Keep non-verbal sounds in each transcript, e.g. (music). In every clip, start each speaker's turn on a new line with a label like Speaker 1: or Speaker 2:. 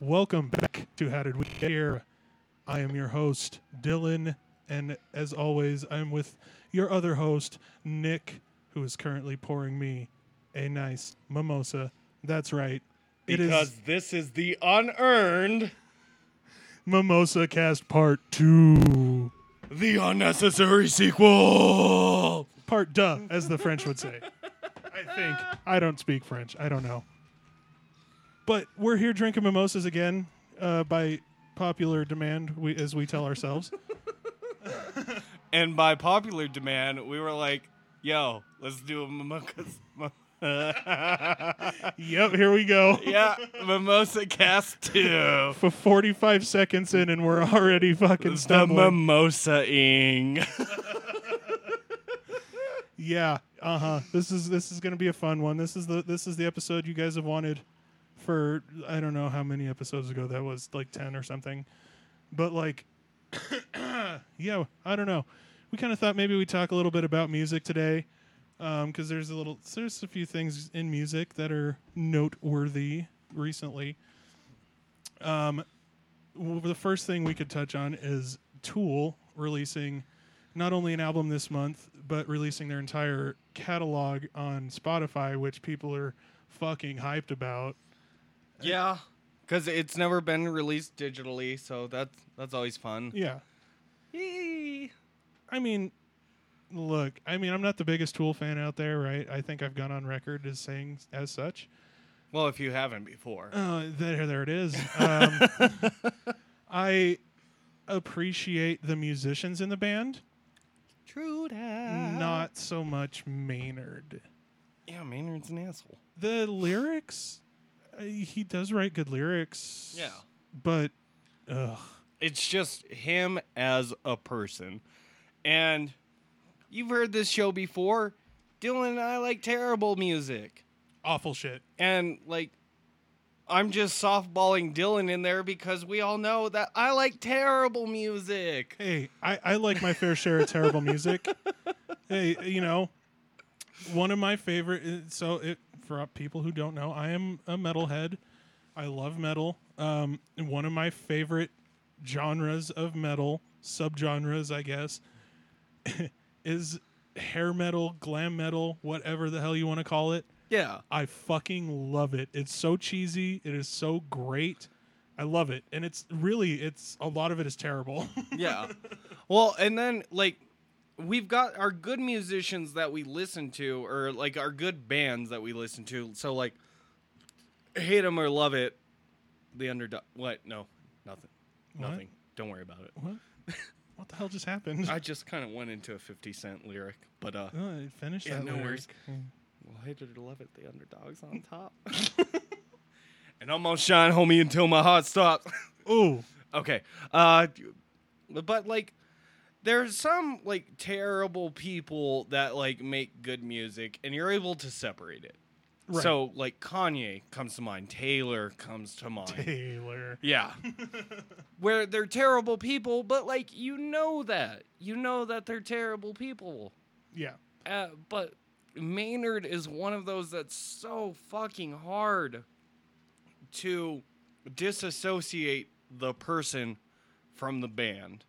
Speaker 1: Welcome back to How Did We Get Here? I am your host, Dylan, and as always, I'm with your other host, Nick, who is currently pouring me a nice mimosa. That's right. It is
Speaker 2: because this is the unearned,
Speaker 1: Mimosa Cast Part 2.
Speaker 2: the unnecessary sequel.
Speaker 1: Part duh, as the French would say. I think. I don't speak French. I don't know. But we're here drinking mimosas again uh, by popular demand, we, as we tell ourselves. (laughs)
Speaker 2: And by popular demand, we were like, "Yo, let's do a mimosa."
Speaker 1: yep, here we go.
Speaker 2: (laughs) yeah, mimosa cast two.
Speaker 1: For 45 seconds in, and we're already fucking
Speaker 2: The
Speaker 1: stumbling.
Speaker 2: mimosa ing.
Speaker 1: yeah, uh huh. This is this is gonna be a fun one. This is the this is the episode you guys have wanted for I don't know how many episodes ago that was, like 10 or something. But like, (coughs) yeah, I don't know. We kind of thought maybe we talk a little bit about music today, because there's a little there's a few things in music that are noteworthy recently. Um, well, the first thing we could touch on is Tool releasing not only an album this month, but releasing their entire catalog on Spotify, which people are fucking hyped about.
Speaker 2: (laughs) yeah, because it's never been released digitally, so that's that's always fun.
Speaker 1: Yeah. I mean, look, I mean, I'm not the biggest Tool fan out there, right? I think I've gone on record as saying as such.
Speaker 2: Well, if you haven't before.
Speaker 1: Oh, there, there it is. Um, (laughs) I appreciate the musicians in the band,
Speaker 2: True that.
Speaker 1: not so much Maynard.
Speaker 2: Yeah, Maynard's an asshole.
Speaker 1: The lyrics, uh, he does write good lyrics.
Speaker 2: Yeah.
Speaker 1: But, ugh.
Speaker 2: It's just him as a person. And you've heard this show before. Dylan and I like terrible music.
Speaker 1: Awful shit.
Speaker 2: And like I'm just softballing Dylan in there because we all know that I like terrible music.
Speaker 1: Hey, I, I like my fair share of terrible music. hey, you know, one of my favorite. uh, So, it, for people who don't know, I am a metalhead. I love metal. Um, and one of my favorite genres of metal, subgenres, I guess, (laughs) is hair metal, glam metal, whatever the hell you want to call it.
Speaker 2: Yeah.
Speaker 1: I fucking love it. It's so cheesy. It is so great. I love it. And it's really, it's a lot of it is terrible. (laughs)
Speaker 2: yeah. (laughs) Well, and then like we've got our good musicians that we listen to, or like our good bands that we listen to. So like, hate them or love it, the underdog. What? No, nothing.
Speaker 1: What?
Speaker 2: Nothing. Don't worry about it.
Speaker 1: What? What the hell just happened?
Speaker 2: I just kind of went into a Fifty Cent lyric, but uh,
Speaker 1: oh, I finished
Speaker 2: Yeah,
Speaker 1: that.
Speaker 2: no
Speaker 1: lyric. Hmm.
Speaker 2: worries. well, hate it or love it, the underdog's on top. (laughs) and I'm gonna shine, homie, until my heart stops.
Speaker 1: Ooh,
Speaker 2: Okay. Uh but like there's some like terrible people that like make good music and you're able to separate it.
Speaker 1: Right.
Speaker 2: So like Kanye comes to mind, Taylor comes to mind.
Speaker 1: Taylor.
Speaker 2: (laughs) yeah. Where they're terrible people, but like you know that. You know that they're terrible people.
Speaker 1: Yeah,
Speaker 2: Uh, but Maynard is one of those that's so fucking hard to disassociate the person from the band.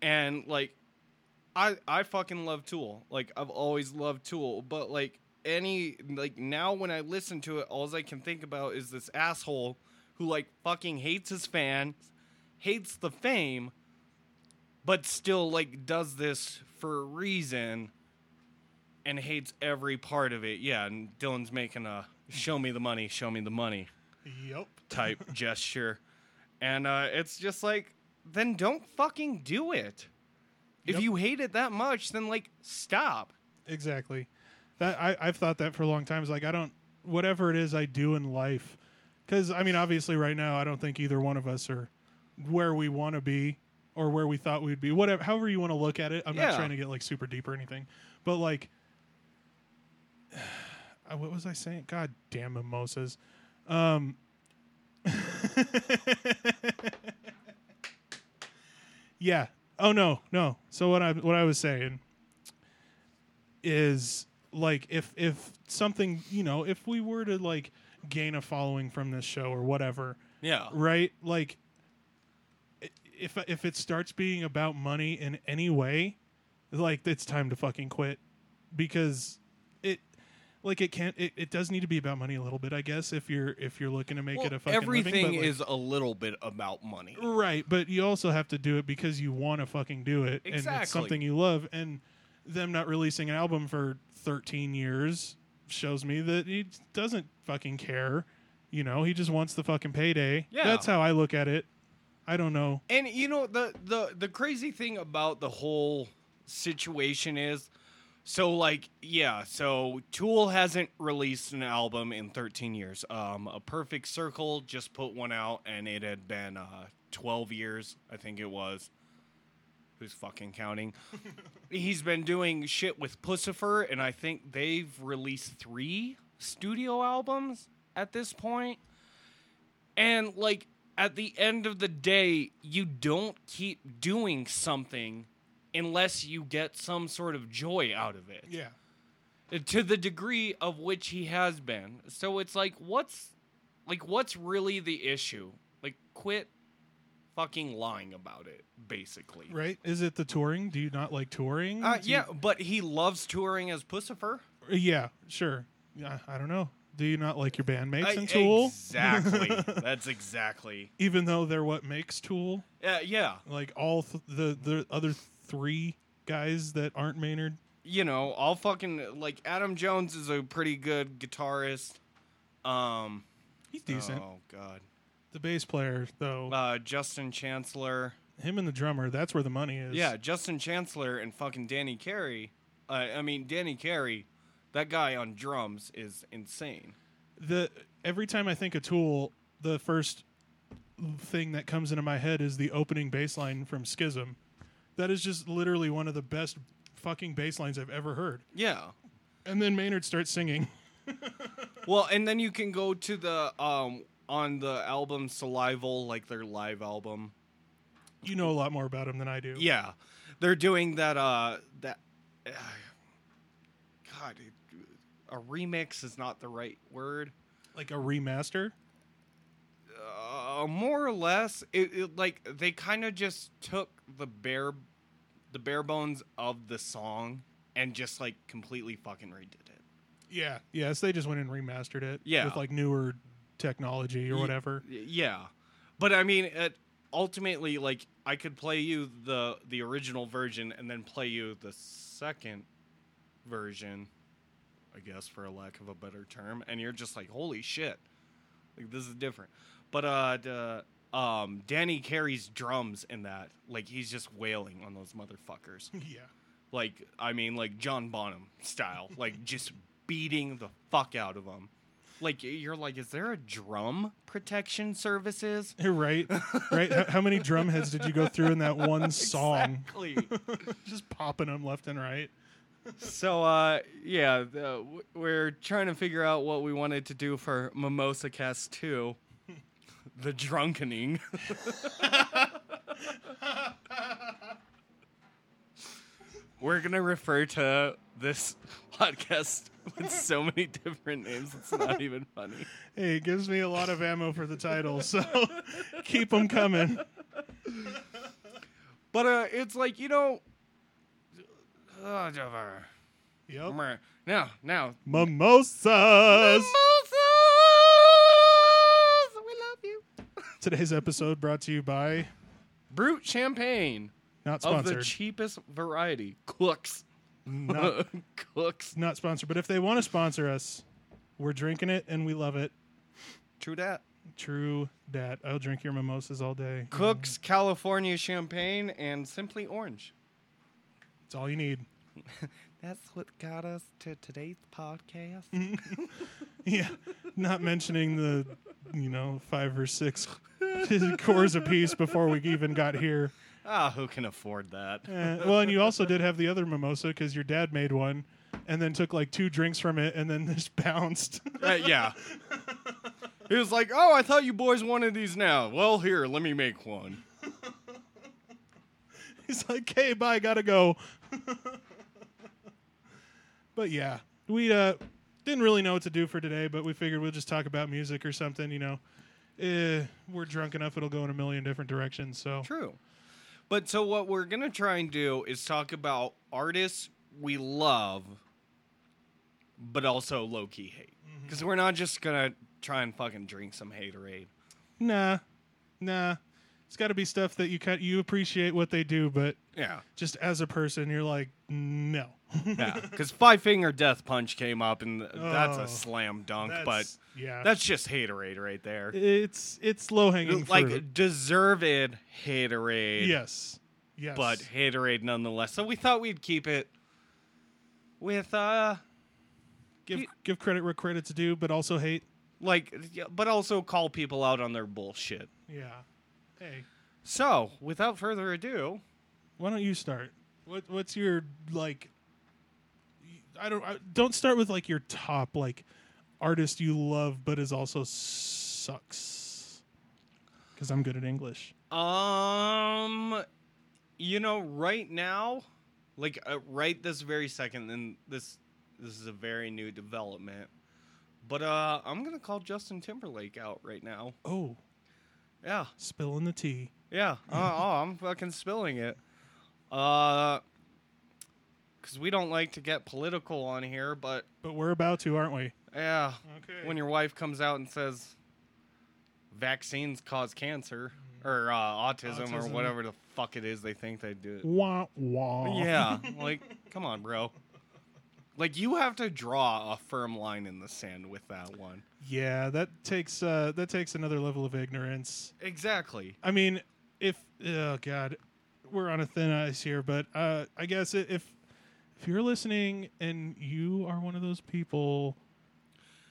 Speaker 2: And like I I fucking love Tool. Like I've always loved Tool, but like any like now when I listen to it, all I can think about is this asshole who like fucking hates his fans, hates the fame, but still like does this for a reason and hates every part of it. Yeah, and Dylan's making a show me the money, show me the money
Speaker 1: yep.
Speaker 2: type gesture. And uh, it's just like, then don't fucking do it. If
Speaker 1: Yep.
Speaker 2: you hate it that much, then like stop.
Speaker 1: Exactly. That I, I've thought that for a long time. It's like I don't whatever it is I do in life, because I mean, obviously, right now I don't think either one of us are where we want to be or where we thought we'd be. Whatever, however you want to look at it. I'm not
Speaker 2: Yeah.
Speaker 1: trying to get like super deep or anything, but like, (sighs) uh, what was I saying? God damn mimosas. Um, (laughs) yeah. Oh no, no. So what I what I was saying is like if if something you know if we were to like gain a following from this show or whatever
Speaker 2: Yeah.
Speaker 1: right? Like, i- if if it starts being about money in any way, like it's time to fucking quit because it, like, it can't. It, it does need to be about money a little bit, I guess. If you're if you're looking to make
Speaker 2: Well,
Speaker 1: it a fucking
Speaker 2: everything
Speaker 1: living, but, like-
Speaker 2: is a little bit about money.
Speaker 1: right, but you also have to do it because you want to fucking do it and
Speaker 2: Exactly.
Speaker 1: it's something you love. And them not releasing an album for 13 years shows me that he doesn't fucking care. You know, he just wants the fucking payday.
Speaker 2: Yeah.
Speaker 1: That's how I look at it. I don't know.
Speaker 2: And you know the the the crazy thing about the whole situation is so like yeah, so Tool hasn't released an album in 13 years. Um A Perfect Circle just put one out and it had been uh 12 years, I think it was. Who's fucking counting? He's been doing shit with Pussifer and I think they've released 3 studio albums at this point. And like at the end of the day, you don't keep doing something unless you get some sort of joy out of it
Speaker 1: Yeah.
Speaker 2: to the degree of which he has been. So it's like what's like what's really the issue? Like quit fucking lying about it basically.
Speaker 1: Right? Is it the touring? Do you not like touring?
Speaker 2: Uh,
Speaker 1: Do you-
Speaker 2: yeah, but he loves touring as Pussifer.
Speaker 1: yeah, sure. Yeah, I don't know. Do you not like your bandmates
Speaker 2: Uh,
Speaker 1: in Tool?
Speaker 2: Exactly. That's exactly.
Speaker 1: (laughs) Even though they're what makes Tool,
Speaker 2: Uh, yeah.
Speaker 1: like all th- the the other three guys that aren't Maynard.
Speaker 2: you know, I'll fucking like Adam Jones is a pretty good guitarist. Um
Speaker 1: He's decent.
Speaker 2: Oh god.
Speaker 1: The bass player, though,
Speaker 2: Uh Justin Chancellor.
Speaker 1: him and the drummer, that's where the money is.
Speaker 2: Yeah, Justin Chancellor and fucking Danny Carey. Uh, I mean Danny Carey, that guy on drums is insane.
Speaker 1: The every time I think of Tool, the first thing that comes into my head is the opening bass line from Schism. That is just literally one of the best fucking bass lines I've ever heard.
Speaker 2: Yeah.
Speaker 1: And then Maynard starts singing. (laughs)
Speaker 2: Well, and then you can go to the um on the album Salival, like their live album.
Speaker 1: You know a lot more about him than I do.
Speaker 2: Yeah, they're doing that. Uh, that. Uh, God, it, a remix is not the right word.
Speaker 1: Like a remaster.
Speaker 2: Uh, more or less, it, it like they kind of just took the bare, the bare bones of the song and just like completely fucking redid it.
Speaker 1: Yeah. Yes, they just went and remastered it.
Speaker 2: Yeah.
Speaker 1: With like newer technology or
Speaker 2: Ye-
Speaker 1: whatever. (laughs)
Speaker 2: Y- Yeah, but I mean, it, ultimately, like I could play you the the original version and then play you the second version, I guess, for a lack of a better term, and you're just like, holy shit, like this is different. But uh, the, um, Danny Carey's drums in that, like he's just wailing on those motherfuckers,
Speaker 1: yeah.
Speaker 2: like I mean, like John Bonham style, like just beating the fuck out of them. Like you're like, is there a drum protection services?
Speaker 1: (laughs) Right. right. How, how many drum heads did you go through in that
Speaker 2: (laughs)
Speaker 1: one song? (laughs)
Speaker 2: Exactly.
Speaker 1: just popping them left and right.
Speaker 2: so, uh, yeah, the, w- we're trying to figure out what we wanted to do for Mimosa Cast Two, the drunkening. (laughs) we're gonna refer to this (laughs) podcast with so many different names. It's not even funny.
Speaker 1: Hey, it gives me a lot of ammo for the title, so (laughs) keep them coming.
Speaker 2: But uh, it's like you know. Uh,
Speaker 1: Yep.
Speaker 2: now, now,
Speaker 1: Mimosas.
Speaker 2: Mimosas! We love you.
Speaker 1: Today's episode brought to you by
Speaker 2: Brute champagne
Speaker 1: not
Speaker 2: of the
Speaker 1: sponsored.
Speaker 2: cheapest variety. Cooks.
Speaker 1: Not-
Speaker 2: (laughs) Cooks.
Speaker 1: not sponsored, but if they want to sponsor us, we're drinking it and we love it.
Speaker 2: True that.
Speaker 1: True dat. I'll drink your mimosas all day.
Speaker 2: Cooks, California champagne, and simply orange.
Speaker 1: It's all you need.
Speaker 2: That's what got us to today's podcast.
Speaker 1: Yeah. Not mentioning the, you know, five or six (laughs) cores apiece before we even got here.
Speaker 2: Ah, who can afford (laughs) that?
Speaker 1: Eh, well, and you also did have the other mimosa because your dad made one and then took like two drinks from it and then (laughs) just bounced.
Speaker 2: Uh, yeah. He was like, "Oh, I thought you boys wanted these now. Well, here, let me make one."
Speaker 1: He's like, "Hey, (laughs) bye, gotta go." but yeah, we uh, didn't really know what to do for today, but we figured we'll just talk about music or something. You know, eh, we're drunk enough; it'll go in a million different directions. So
Speaker 2: True. But so what we're going to try and do is talk about artists we love but also low key hate.
Speaker 1: Mm-hmm.
Speaker 2: Cuz we're not just going to try and fucking drink some haterade.
Speaker 1: nah, nah, it's got to be stuff that you cut. You appreciate what they do, but
Speaker 2: Yeah.
Speaker 1: just as a person, you're like, no.
Speaker 2: Yeah. Cuz Five Finger Death Punch came up and th- that's
Speaker 1: Oh,
Speaker 2: a slam dunk,
Speaker 1: That's-
Speaker 2: but
Speaker 1: yeah,
Speaker 2: that's just haterade right there.
Speaker 1: it's it's low hanging
Speaker 2: like
Speaker 1: fruit.
Speaker 2: deserved haterade.
Speaker 1: Yes, yes,
Speaker 2: but haterade nonetheless. So we thought we'd keep it with uh
Speaker 1: give
Speaker 2: you-
Speaker 1: give credit where credit's due, but also hate.
Speaker 2: like yeah, but also call people out on their bullshit.
Speaker 1: Yeah. Hey,
Speaker 2: So, without further ado,
Speaker 1: why don't you start? What what's your like? I don't I, don't start with like your top like artist you love, but is also sucks. Because I'm good at English.
Speaker 2: um you know right now, like uh, right this very second and this this is a very new development. But uh I'm going to call Justin Timberlake out right now.
Speaker 1: Oh,
Speaker 2: Yeah.
Speaker 1: spilling the tea.
Speaker 2: Yeah. Oh, oh, I'm fucking spilling it. Uh, because we don't like to get political on here, but
Speaker 1: But we're about to, aren't we?
Speaker 2: yeah,
Speaker 1: Okay.
Speaker 2: when your wife comes out and says vaccines cause cancer or uh, autism, or
Speaker 1: Autism.
Speaker 2: whatever the fuck it is they think they do.
Speaker 1: wah wah.
Speaker 2: Yeah. like, come on, bro. Like, you have to draw a firm line in the sand with that one.
Speaker 1: (laughs) Yeah, that takes uh, that takes another level of ignorance.
Speaker 2: Exactly.
Speaker 1: I mean, if oh god, we're on a thin ice here, but uh, I guess i- if if you're listening and you are one of those people,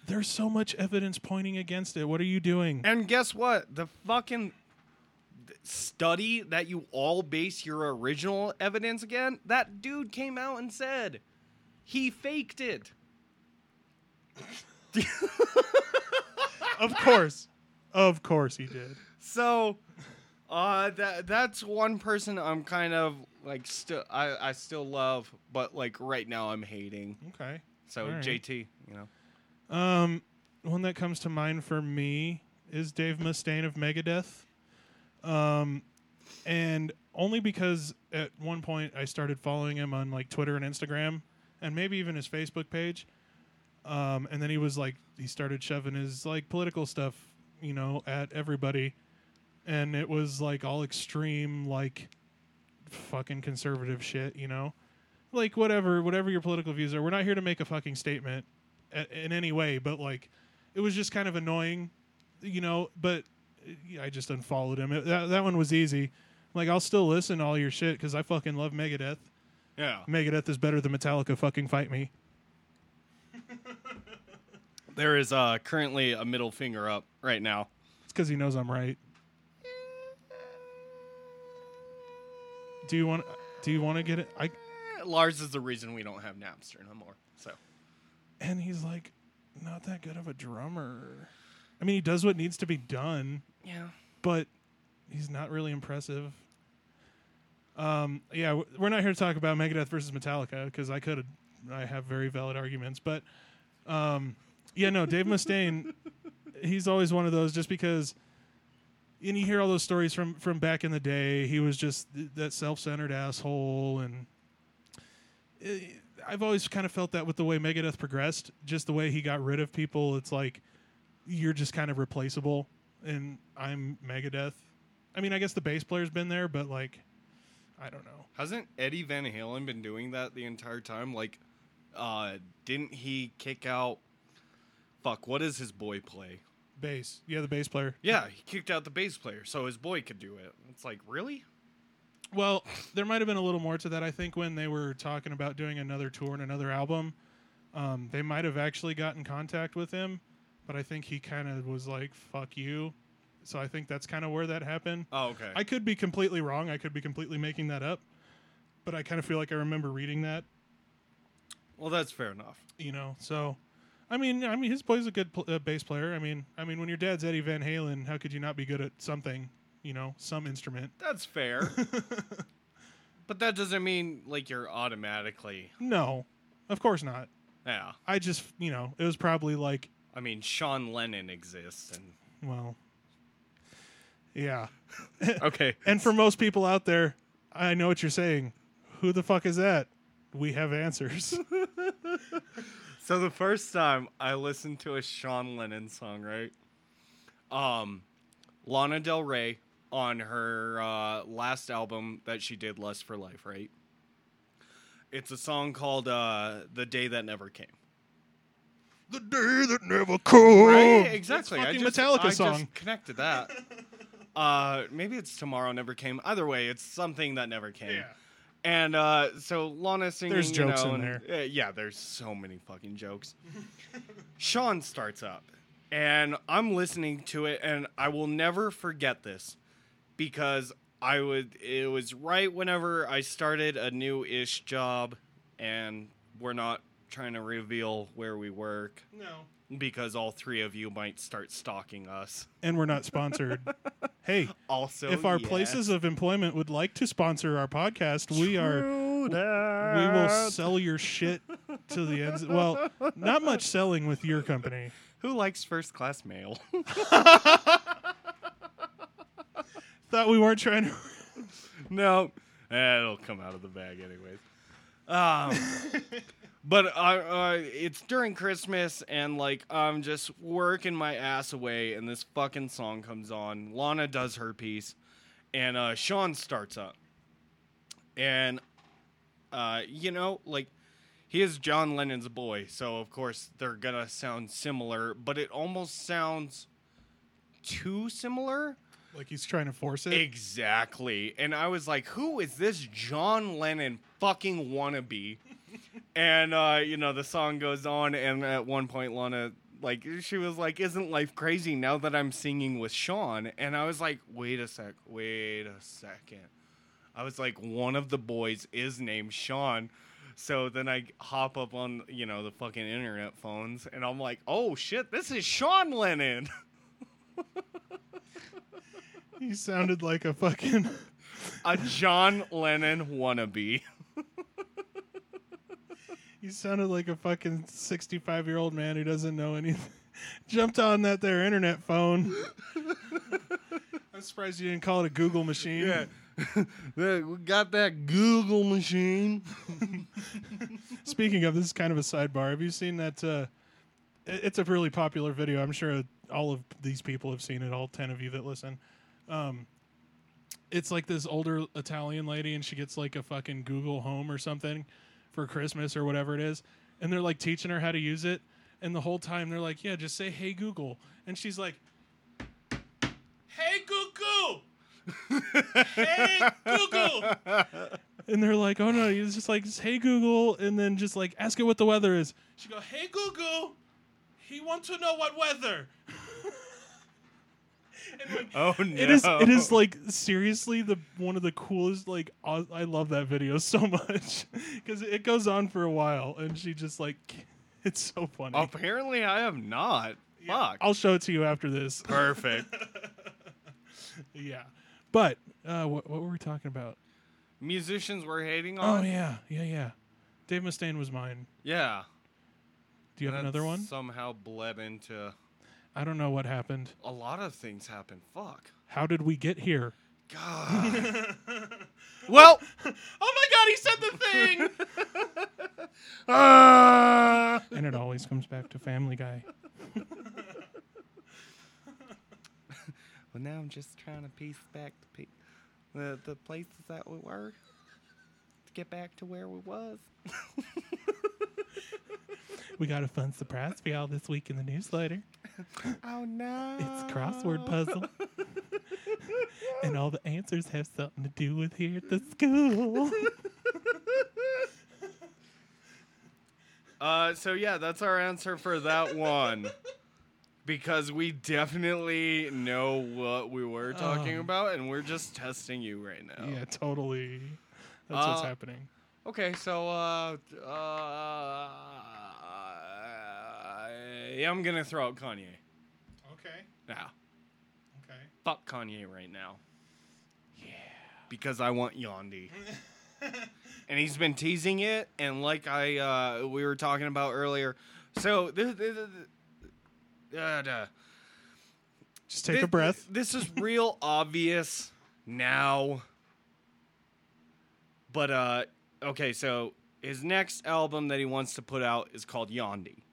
Speaker 1: there's so much evidence pointing against it. What are you doing?
Speaker 2: And guess what? The fucking study that you all base your original evidence again, that dude came out and said he faked it.
Speaker 1: of course, of course he did.
Speaker 2: So uh that that's one person I'm kind of like still I I still love, but like right now I'm hating.
Speaker 1: Okay.
Speaker 2: So
Speaker 1: All right.
Speaker 2: JT, you know.
Speaker 1: Um, one that comes to mind for me is Dave Mustaine of Megadeth. Um, and only because at one point I started following him on like Twitter and Instagram, and maybe even his Facebook page. Um, and then he was like, he started shoving his like political stuff, you know, at everybody, and it was like all extreme, like fucking conservative shit, you know, like whatever, whatever your political views are. We're not here to make a fucking statement a- in any way, but like it was just kind of annoying, you know. But uh, I just unfollowed him. It- that, that one was easy. Like I'll still listen to all your shit because I fucking love Megadeth.
Speaker 2: Yeah.
Speaker 1: Megadeth is better than Metallica. Fucking fight me.
Speaker 2: There is uh currently a middle finger up right now.
Speaker 1: It's because he knows I'm right. Do you want? Do you want to get it? I
Speaker 2: Eh, Lars is the reason we don't have Napster no more. So
Speaker 1: and he's like, not that good of a drummer. I mean, he does what needs to be done.
Speaker 2: yeah.
Speaker 1: but he's not really impressive. Um, yeah, w- we're not here to talk about Megadeth versus Metallica because I could, I have very valid arguments, but um, yeah, no, Dave Mustaine, (laughs) he's always one of those just because. And you hear all those stories from from back in the day. He was just th- that self centered asshole, and eh, I've always kind of felt that with the way Megadeth progressed, just the way he got rid of people. It's like you're just kind of replaceable and I'm Megadeth. I mean, I guess the bass player's been there, but like, I don't know.
Speaker 2: Hasn't Eddie Van Halen been doing that the entire time? Like, uh, didn't he kick out? Fuck, what does his boy play?
Speaker 1: Bass, yeah, the bass player.
Speaker 2: Yeah, he kicked out the bass player, so his boy could do it. It's like, really?
Speaker 1: Well, there might have been a little more to that. I think when they were talking about doing another tour and another album, um, they might have actually got in contact with him, but I think he kind of was like, "Fuck you." So I think that's kind of where that happened.
Speaker 2: Oh, okay.
Speaker 1: I could be completely wrong. I could be completely making that up, but I kind of feel like I remember reading that
Speaker 2: well, that's fair enough.
Speaker 1: you know. So, I mean, I mean, his boy's a good pl- uh, bass player. I mean, I mean, when your dad's Eddie Van Halen, how could you not be good at something? You know, some instrument.
Speaker 2: That's (laughs) fair. but that doesn't mean, like, you're automatically.
Speaker 1: No, of course not.
Speaker 2: Yeah.
Speaker 1: I just, you know, it was probably like,
Speaker 2: I mean, Sean Lennon exists, (laughs) and
Speaker 1: well, yeah.
Speaker 2: okay,
Speaker 1: And for most people out there, I know what you're saying. Who the fuck is that? We have answers. (laughs)
Speaker 2: So the first time I listened to a Sean Lennon song, right? Um, Lana Del Rey on her uh, last album that she did, Lust for Life, right? It's a song called uh, "The Day That Never Came."
Speaker 1: the day that never could.
Speaker 2: Right? Exactly.
Speaker 1: It's fucking
Speaker 2: I just,
Speaker 1: Metallica
Speaker 2: I just
Speaker 1: song. (laughs)
Speaker 2: connected that. Uh, maybe it's tomorrow never came. Either way, it's something that never came.
Speaker 1: Yeah.
Speaker 2: And uh, so Lana singing.
Speaker 1: There's
Speaker 2: you
Speaker 1: jokes
Speaker 2: know,
Speaker 1: in
Speaker 2: and- uh, yeah, there's so many fucking jokes. (laughs) Sean starts up, and I'm listening to it, and I will never forget this because I would. It was right whenever I started a new ish job, and we're not trying to reveal where we work
Speaker 1: No.
Speaker 2: because all three of you might start stalking us.
Speaker 1: And we're not (laughs) sponsored. hey,
Speaker 2: Also,
Speaker 1: if our
Speaker 2: yeah.
Speaker 1: places of employment would like to sponsor our podcast, we are. We will sell your shit to the ends. Well, not much selling with your company.
Speaker 2: Who likes first class mail? (laughs)
Speaker 1: Thought we weren't trying to. (laughs)
Speaker 2: (laughs) no, Eh, it'll come out of the bag anyways. Um, (laughs) but I, uh, it's during Christmas and like I'm just working my ass away, and this fucking song comes on. Lana does her piece, and uh, Sean starts up, and uh, you know, like he is John Lennon's boy, so of course they're gonna sound similar, but it almost sounds too similar.
Speaker 1: Like he's trying to force (laughs) it.
Speaker 2: Exactly. And I was like, who is this John Lennon fucking wannabe? and uh, you know, the song goes on and at one point Lana like she was like, Isn't life crazy now that I'm singing with Sean? And I was like, wait a sec, wait a second. I was like, one of the boys is named Sean. So then I hop up on, you know, the fucking internet phones and I'm like, oh shit, this is Sean Lennon. (laughs)
Speaker 1: He sounded like a fucking.
Speaker 2: A John Lennon wannabe.
Speaker 1: He sounded like a fucking 65 year old man who doesn't know anything. (laughs) Jumped on that there internet phone. I'm surprised you didn't call it a Google machine. (laughs)
Speaker 2: Yeah. Look, we got that Google machine.
Speaker 1: Speaking of, this is kind of a sidebar. Have you seen that? Uh, it- it's a really popular video. I'm sure all of these people have seen it. All ten of you that listen. Um, it's like this older Italian lady, and she gets like a fucking Google Home or something for Christmas or whatever it is, and they're like teaching her how to use it. And the whole time they're like, "Yeah, just say Hey Google," and she's like,
Speaker 2: Hey, Google.
Speaker 1: "Hey Google," and they're like, "Oh no, it's just like Hey Google," and then just like ask it what the weather is. She go, "Hey Google, he wants to know what weather."
Speaker 2: (laughs) Oh no!
Speaker 1: (laughs) It is. It is like seriously the one of the coolest. Like au- I love that video (laughs) so much because it goes on for a while, and she just like (laughs) it's so funny.
Speaker 2: Oh,
Speaker 1: I'll,
Speaker 2: Apparently, I have not. Fuck.
Speaker 1: show it to you after this.
Speaker 2: Perfect.
Speaker 1: yeah, but uh, what what were we talking about?
Speaker 2: Musicians were hating
Speaker 1: Oh
Speaker 2: on.
Speaker 1: yeah, yeah, yeah. Dave Mustaine was mine.
Speaker 2: yeah.
Speaker 1: Do you have
Speaker 2: That
Speaker 1: another one?
Speaker 2: Somehow bled into
Speaker 1: I don't know what happened.
Speaker 2: a lot of things. Happened. Fuck.
Speaker 1: How did we get here?
Speaker 2: God.
Speaker 1: (laughs)
Speaker 2: well. (laughs)
Speaker 1: Oh my God, he said the thing. (laughs)
Speaker 2: (laughs) uh,
Speaker 1: and it always comes back to Family Guy.
Speaker 2: well, now I'm just trying to piece back the pe- the the places that we were to get back to where we
Speaker 1: (laughs)
Speaker 2: was.
Speaker 1: We got a fun surprise for y'all this week in the newsletter.
Speaker 2: Oh no!
Speaker 1: It's a crossword (laughs) puzzle. and all the answers have something to do with here at the (laughs) school.
Speaker 2: Uh, so yeah, that's our answer for that one, because we definitely know what we were talking
Speaker 1: Um.
Speaker 2: about, and we're just testing you right now.
Speaker 1: Yeah, totally. That's
Speaker 2: That's what's
Speaker 1: what's
Speaker 2: Uh,
Speaker 1: happening.
Speaker 2: Okay, so uh, uh, I- I'm gonna throw out Kanye.
Speaker 1: Okay.
Speaker 2: Now,
Speaker 1: Okay.
Speaker 2: fuck Kanye right now. Yeah. Because I want Yandi. and he's been teasing it. And like I uh, we were talking about earlier, so this, this, this- uh, duh.
Speaker 1: Just take a
Speaker 2: Thi-
Speaker 1: breath.
Speaker 2: This is
Speaker 1: (laughs)
Speaker 2: real obvious now. But uh okay, so his next album that he wants to put out is called Yandi.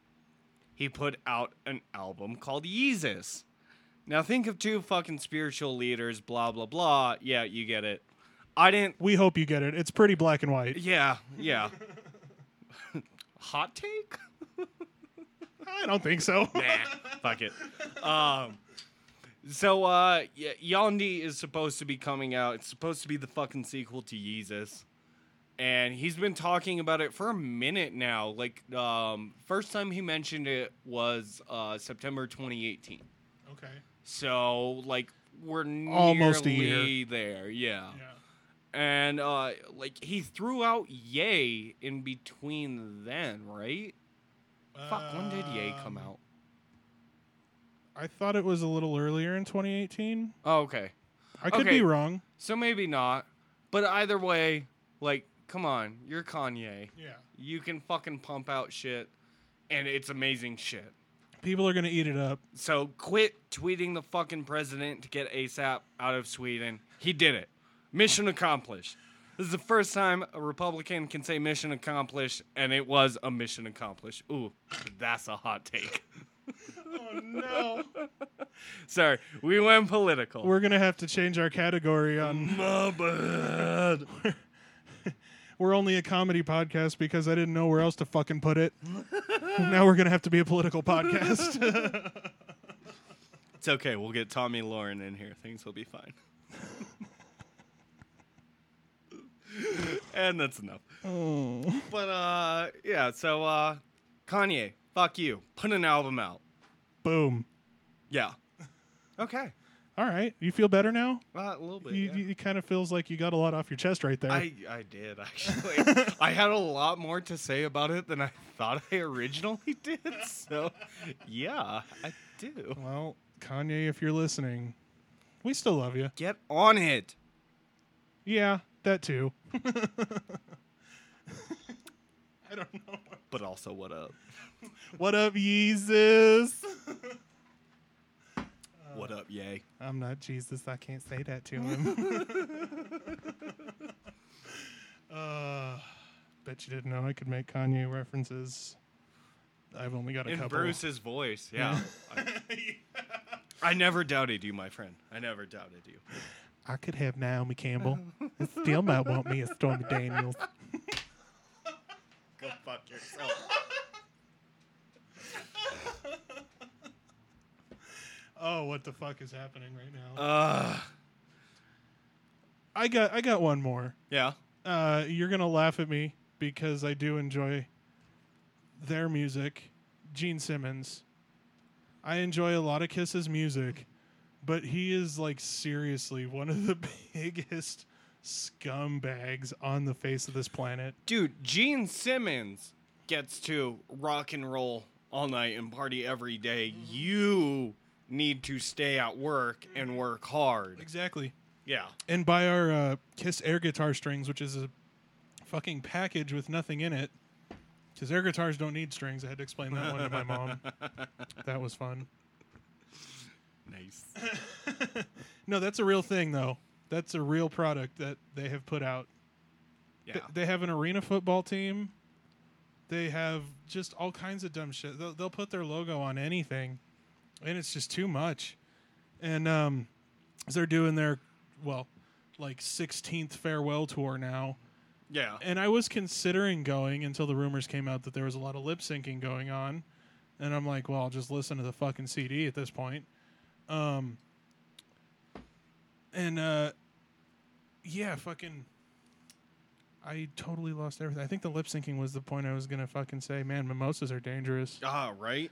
Speaker 2: He put out an album called Yeezus. Now think of two fucking spiritual leaders, blah blah blah. Yeah, you get it. I didn't
Speaker 1: We hope you get it. It's pretty black and white.
Speaker 2: yeah, yeah. Hot take?
Speaker 1: I don't think so.
Speaker 2: nah, fuck it. Um, so uh, y- Yandi is supposed to be coming out. It's supposed to be the fucking sequel to Yeezus. And he's been talking about it for a minute now. Like, um, first time he mentioned it was uh, September 2018.
Speaker 1: okay.
Speaker 2: So, like, we're nearly
Speaker 1: Almost a year.
Speaker 2: there. Yeah.
Speaker 1: Yeah.
Speaker 2: And, uh, like, he threw out Yay in between then, right? Fuck, when did Yay come
Speaker 1: Um,
Speaker 2: out?
Speaker 1: (laughs) I thought it was a little earlier in 2018.
Speaker 2: Oh, okay.
Speaker 1: I could
Speaker 2: Okay.
Speaker 1: be wrong.
Speaker 2: So maybe not. But either way, like, come on, you're Kanye.
Speaker 1: Yeah.
Speaker 2: You can fucking pump out shit, and it's amazing shit.
Speaker 1: People are going to eat it up.
Speaker 2: So quit tweeting the fucking president to get ASAP out of Sweden. He did it. Mission accomplished. This is the first time a Republican can say mission accomplished, and it was a mission accomplished. Ooh, that's a hot take.
Speaker 1: (laughs) Oh, no.
Speaker 2: (laughs) Sorry, we went political.
Speaker 1: We're going to have to change our category on.
Speaker 2: My
Speaker 1: (laughs)
Speaker 2: bad.
Speaker 1: We're only a comedy podcast because I didn't know where else to fucking put
Speaker 2: (laughs)
Speaker 1: it. now we're going to have to be a political podcast.
Speaker 2: It's okay. We'll get Tommy Lauren in here. Things will be fine. and that's enough.
Speaker 1: oh.
Speaker 2: But uh yeah, so uh Kanye, fuck you. Put an album out.
Speaker 1: Boom.
Speaker 2: Yeah. Okay.
Speaker 1: All right. You feel better now?
Speaker 2: Uh, a little bit.
Speaker 1: You,
Speaker 2: yeah.
Speaker 1: you, it kind of feels like you got a lot off your chest right there.
Speaker 2: I, I did actually. I had a lot more to say about it than I thought I originally (laughs) did. So, yeah, I do.
Speaker 1: well, Kanye, if you're listening, we still love you.
Speaker 2: Get on it.
Speaker 1: Yeah, that too. (laughs) I don't know.
Speaker 2: But also, what up?
Speaker 1: What up, Jesus? (laughs)
Speaker 2: What up, yay?
Speaker 1: I'm not Jesus. I can't say that to him.
Speaker 2: (laughs)
Speaker 1: uh, bet you didn't know I could make Kanye references. I've only got a
Speaker 2: in
Speaker 1: couple.
Speaker 2: Bruce's voice. Yeah. I, (laughs) I never doubted you, my friend. I never doubted you.
Speaker 1: I could have Naomi Campbell. It still might want me as Stormy Daniels.
Speaker 2: Go fuck yourself.
Speaker 1: Oh, what the fuck is happening right now?
Speaker 2: Uh,
Speaker 1: I got I got one more.
Speaker 2: yeah.
Speaker 1: uh, you're gonna laugh at me because I do enjoy their music, Gene Simmons. I enjoy a lot of Kiss's music, but he is like seriously one of the (laughs) biggest scumbags on the face of this planet.
Speaker 2: Dude, Gene Simmons gets to rock and roll all night and party every day. You need to stay at work and work hard.
Speaker 1: Exactly.
Speaker 2: Yeah.
Speaker 1: And buy our uh, Kiss air guitar strings, which is a fucking package with nothing in it, because air guitars don't need strings. I had to explain that one to my mom. That was fun.
Speaker 2: Nice.
Speaker 1: No, that's a real thing though. That's a real product that they have put out.
Speaker 2: Yeah.
Speaker 1: Th- They have an arena football team. They have just all kinds of dumb shit. They'll, they'll put their logo on anything, and it's just too much. And um, as they're doing their well, like 16th farewell tour now.
Speaker 2: Yeah.
Speaker 1: And I was considering going until the rumors came out that there was a lot of lip syncing going on. And I'm like, well, I'll just listen to the fucking CD at this point. Um, and uh, yeah, fucking. I totally lost everything. I think the lip syncing was the point I was going to fucking say, man, mimosas are dangerous.
Speaker 2: Ah, right?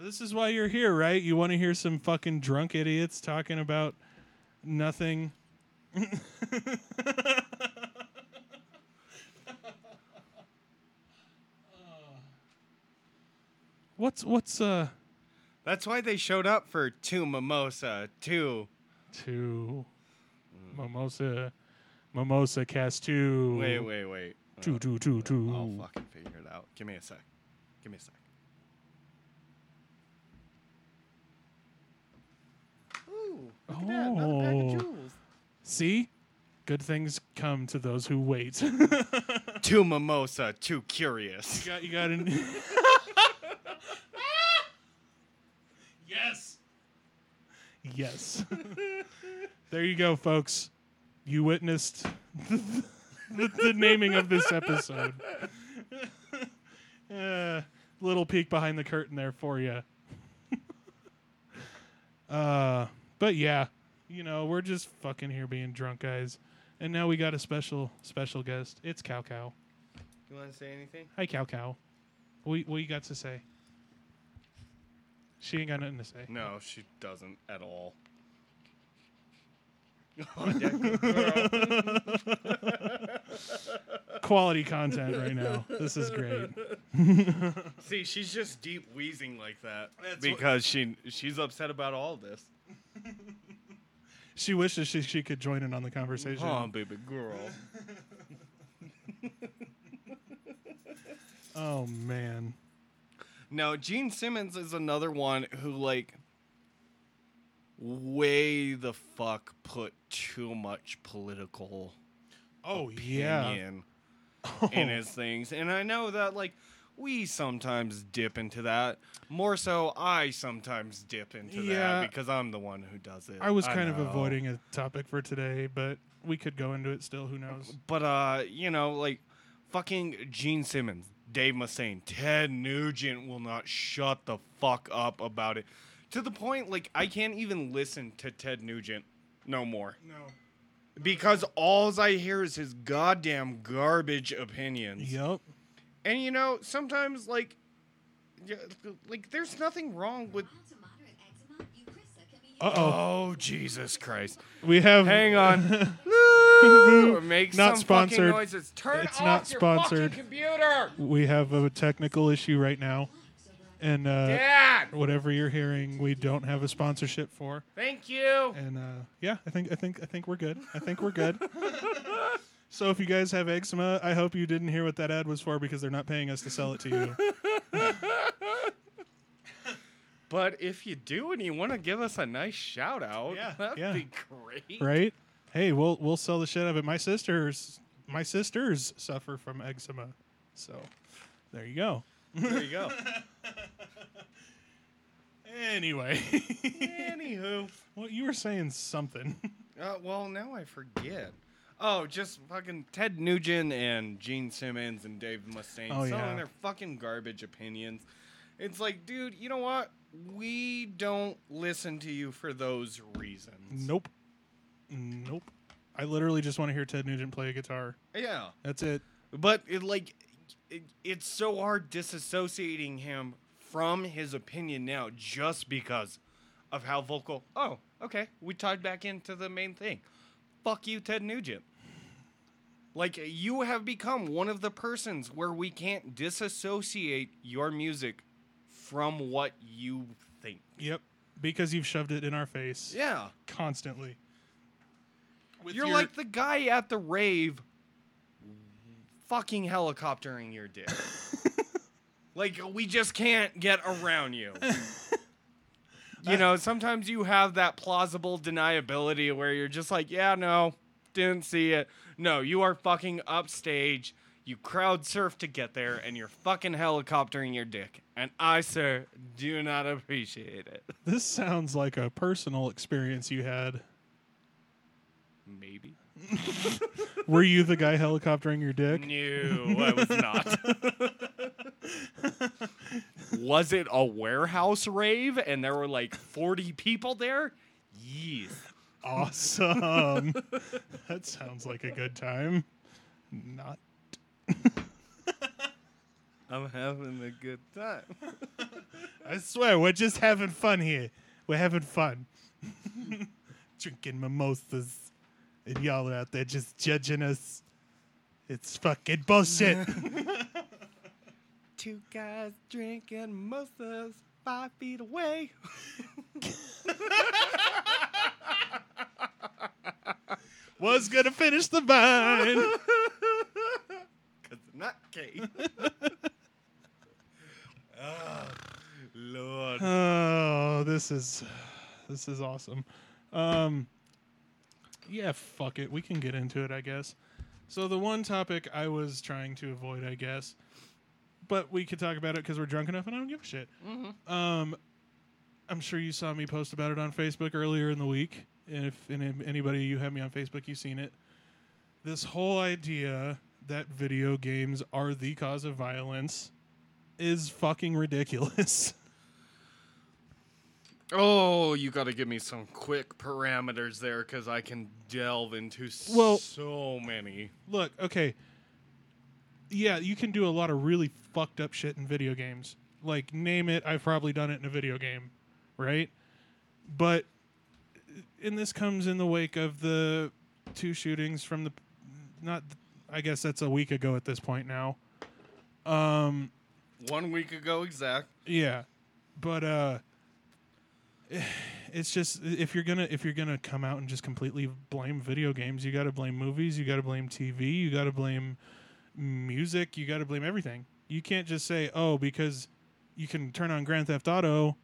Speaker 1: This is why you're here, right? You want to hear some fucking drunk idiots talking about nothing. (laughs) what's what's uh
Speaker 2: That's why they showed up for two mimosa, two. Mm.
Speaker 1: two mimosa Mimosa Cast Two.
Speaker 2: Wait, Oh, wait, wait.
Speaker 1: Two, two, two, two.
Speaker 2: I'll fucking figure it out. Give me a sec. Give me a sec. Ooh, look at that, another pack
Speaker 1: Oh.
Speaker 2: of jewels. (laughs)
Speaker 1: See, good things come to those who wait. (laughs)
Speaker 2: Too mimosa, too curious.
Speaker 1: You got, you got an. (laughs) yes. Yes. there you go, folks. You witnessed the, the naming of this episode. Uh, little peek behind the curtain there for you. (laughs) uh, but yeah, you know we're just fucking here being drunk guys, and now we got a special special guest. It's Cow Cow.
Speaker 2: You want to say anything?
Speaker 1: Hi, Cow Cow. What, what you got to say? She ain't got nothing to say.
Speaker 2: No, she doesn't at all. Oh, yeah, good girl.
Speaker 1: Quality content right now. This is great.
Speaker 2: See, she's just deep wheezing like that because she she's upset about all this.
Speaker 1: She wishes she, she could join in on the conversation.
Speaker 2: Oh, baby girl. (laughs)
Speaker 1: Oh, man.
Speaker 2: Now, Gene Simmons is another one who like way the fuck put too much political
Speaker 1: Oh, yeah. (laughs)
Speaker 2: opinion in his things. And I know that like we sometimes dip into that. More so I sometimes dip into
Speaker 1: Yeah.
Speaker 2: that because I'm the one who does it.
Speaker 1: I was kind of
Speaker 2: know.
Speaker 1: avoiding a topic for today, but we could go into it still. Who knows?
Speaker 2: But uh, you know, like fucking Gene Simmons, Dave Mustaine, Ted Nugent will not shut the fuck up about it. To the point, like I can't even listen to Ted Nugent no more
Speaker 1: No.
Speaker 2: because alls I hear is his goddamn garbage opinions.
Speaker 1: Yep.
Speaker 2: And you know, sometimes like, yeah, like there's nothing wrong with.
Speaker 1: Uh oh.
Speaker 2: Oh Jesus Christ!
Speaker 1: We have.
Speaker 2: Hang on. (laughs) Woo! Make
Speaker 1: Not
Speaker 2: some fucking
Speaker 1: sponsored.
Speaker 2: noises. Turn
Speaker 1: It's
Speaker 2: off
Speaker 1: not
Speaker 2: your
Speaker 1: sponsored.
Speaker 2: fucking computer.
Speaker 1: (laughs) We have a technical issue right now, and uh,
Speaker 2: Dad,
Speaker 1: whatever you're hearing, we don't have a sponsorship for.
Speaker 2: thank you.
Speaker 1: and uh, yeah, I think I think I think we're good. I think we're good. so if you guys have eczema, I hope you didn't hear what that ad was for because they're not paying us to sell it to you.
Speaker 2: But if you do and you want to give us a nice shout out,
Speaker 1: Yeah,
Speaker 2: that'd
Speaker 1: yeah.
Speaker 2: be great.
Speaker 1: right? Hey, we'll we'll sell the shit out of it. My sisters my sisters suffer from eczema. So there you go.
Speaker 2: There you go.
Speaker 1: Anyway, (laughs)
Speaker 2: (laughs) Anywho,
Speaker 1: well, you were saying something.
Speaker 2: uh, well now I forget. Oh, just fucking Ted Nugent and Gene Simmons and Dave Mustaine
Speaker 1: Oh,
Speaker 2: selling
Speaker 1: yeah.
Speaker 2: their fucking garbage opinions. It's like, dude, you know what? We don't listen to you for those reasons.
Speaker 1: nope. Nope. I literally just want to hear Ted Nugent play a guitar.
Speaker 2: Yeah.
Speaker 1: That's it.
Speaker 2: But it like it, it's so hard disassociating him from his opinion now just because of how vocal. Oh, okay. We tied back into the main thing. Fuck you, Ted Nugent. Like you have become one of the persons where we can't disassociate your music from what you think.
Speaker 1: Yep. Because you've shoved it in our face
Speaker 2: Yeah.
Speaker 1: constantly. With
Speaker 2: You're
Speaker 1: your-
Speaker 2: like the guy at the rave fucking helicoptering
Speaker 1: (laughs)
Speaker 2: your dick. like we just can't get
Speaker 1: (laughs)
Speaker 2: around you. you know, sometimes you have that plausible deniability where you're just like, yeah, no, didn't see it. No, you are fucking upstage. You crowd surf to get there and you're fucking helicoptering your dick. And I, sir, do not appreciate it.
Speaker 1: This sounds like a personal experience you had.
Speaker 2: Maybe.
Speaker 1: Were you the guy helicoptering your dick?
Speaker 2: (laughs) No, I was not. was it a warehouse rave and there were like 40 people there? Yes.
Speaker 1: Awesome. (laughs) that sounds like a good time. Not.
Speaker 2: I'm having a good time.
Speaker 1: I swear, we're just having fun here. We're having fun. (laughs) Drinking mimosas. And y'all are out there just judging us. It's fucking bullshit.
Speaker 2: Two guys drinking mimosas five feet away.
Speaker 1: was gonna finish the vine.
Speaker 2: (laughs) Cause I'm not (laughs) gay. oh, Lord.
Speaker 1: Oh, this is this is awesome. Um, yeah, fuck it. We can get into it, I guess. So the one topic I was trying to avoid, I guess, but we could talk about it because we're drunk enough, and I don't give a shit. Um, I'm sure you saw me post about it on Facebook earlier in the week, and if and if anybody you have me on Facebook, you've seen it. This whole idea that video games are the cause of violence is fucking ridiculous. (laughs)
Speaker 2: Oh, you got to give me some quick parameters there because I can delve into
Speaker 1: Well-
Speaker 2: so many.
Speaker 1: look, okay. Yeah, you can do a lot of really fucked up shit in video games. Like name it, I've probably done it in a video game, right? But and this comes in the wake of the two shootings from the not I guess that's a week ago at this point now. Um
Speaker 2: One week ago, exact.
Speaker 1: yeah. But uh it's just if you're gonna if you're gonna come out and just completely blame video games, you gotta blame movies, you gotta blame TV, you gotta blame music, you gotta blame everything. You can't just say, Oh, because you can turn on Grand Theft Auto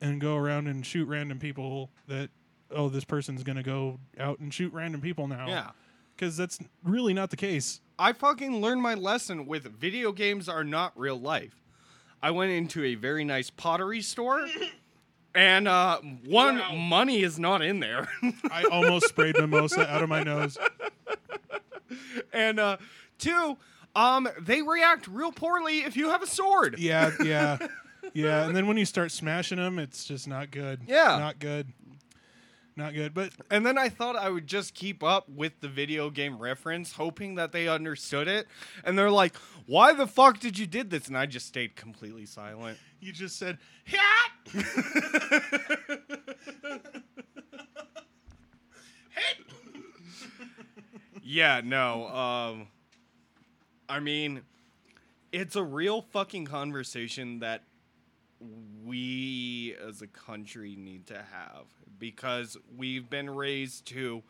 Speaker 1: and go around and shoot random people that oh, this person's gonna go out and shoot random people now.
Speaker 2: Yeah.
Speaker 1: Because that's really not the case.
Speaker 2: I fucking learned my lesson with video games are not real life. I went into a very nice pottery store, and uh, one money is not in there. (laughs)
Speaker 1: I almost sprayed mimosa out of my nose.
Speaker 2: and uh, two, um, they react real poorly if you have a sword.
Speaker 1: Yeah, yeah, yeah. And then when you start smashing them, it's just not good.
Speaker 2: Yeah.
Speaker 1: not good, not good. But
Speaker 2: And then I thought I would just keep up with the video game reference, hoping that they understood it. And they're like, "Why the fuck did you did this?" And I just stayed completely silent.
Speaker 1: you just said,
Speaker 2: Yeah, no. Um, I mean, it's a real fucking conversation that we as a country need to have because we've been raised to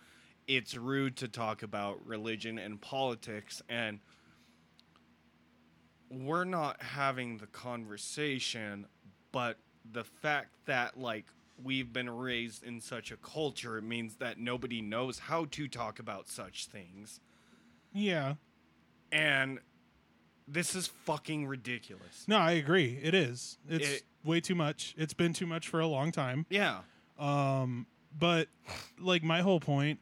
Speaker 2: it's rude to talk about religion and politics and we're not having the conversation but the fact that like we've been raised in such a culture it means that nobody knows how to talk about such things
Speaker 1: "Yeah."
Speaker 2: and this is fucking ridiculous.
Speaker 1: No, I agree. It is. It's
Speaker 2: It-
Speaker 1: way too much. It's been too much for a long time.
Speaker 2: Yeah.
Speaker 1: Um, but like my whole point,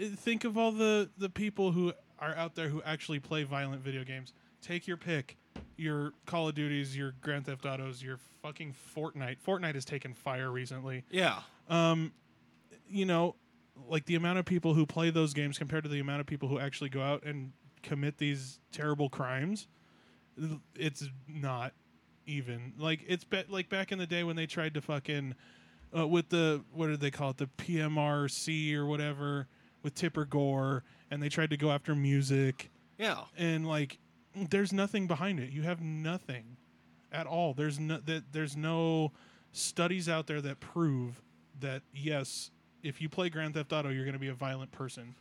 Speaker 1: i- think of all the the people who are out there who actually play violent video games. Take your pick, your Call of Duties, your Grand Theft Autos, your fucking Fortnite. Fortnite has taken fire recently.
Speaker 2: Yeah.
Speaker 1: um, you know, like the amount of people who play those games compared to the amount of people who actually go out and commit these terrible crimes, it's not even like it's be- like back in the day when they tried to fucking uh, with the what did they call it the PMRC or whatever with Tipper Gore and they tried to go after music
Speaker 2: Yeah.
Speaker 1: and like there's nothing behind it. You have nothing at all. There's no that there's no studies out there that prove that yes, if you play Grand Theft Auto, you're going to be a violent person.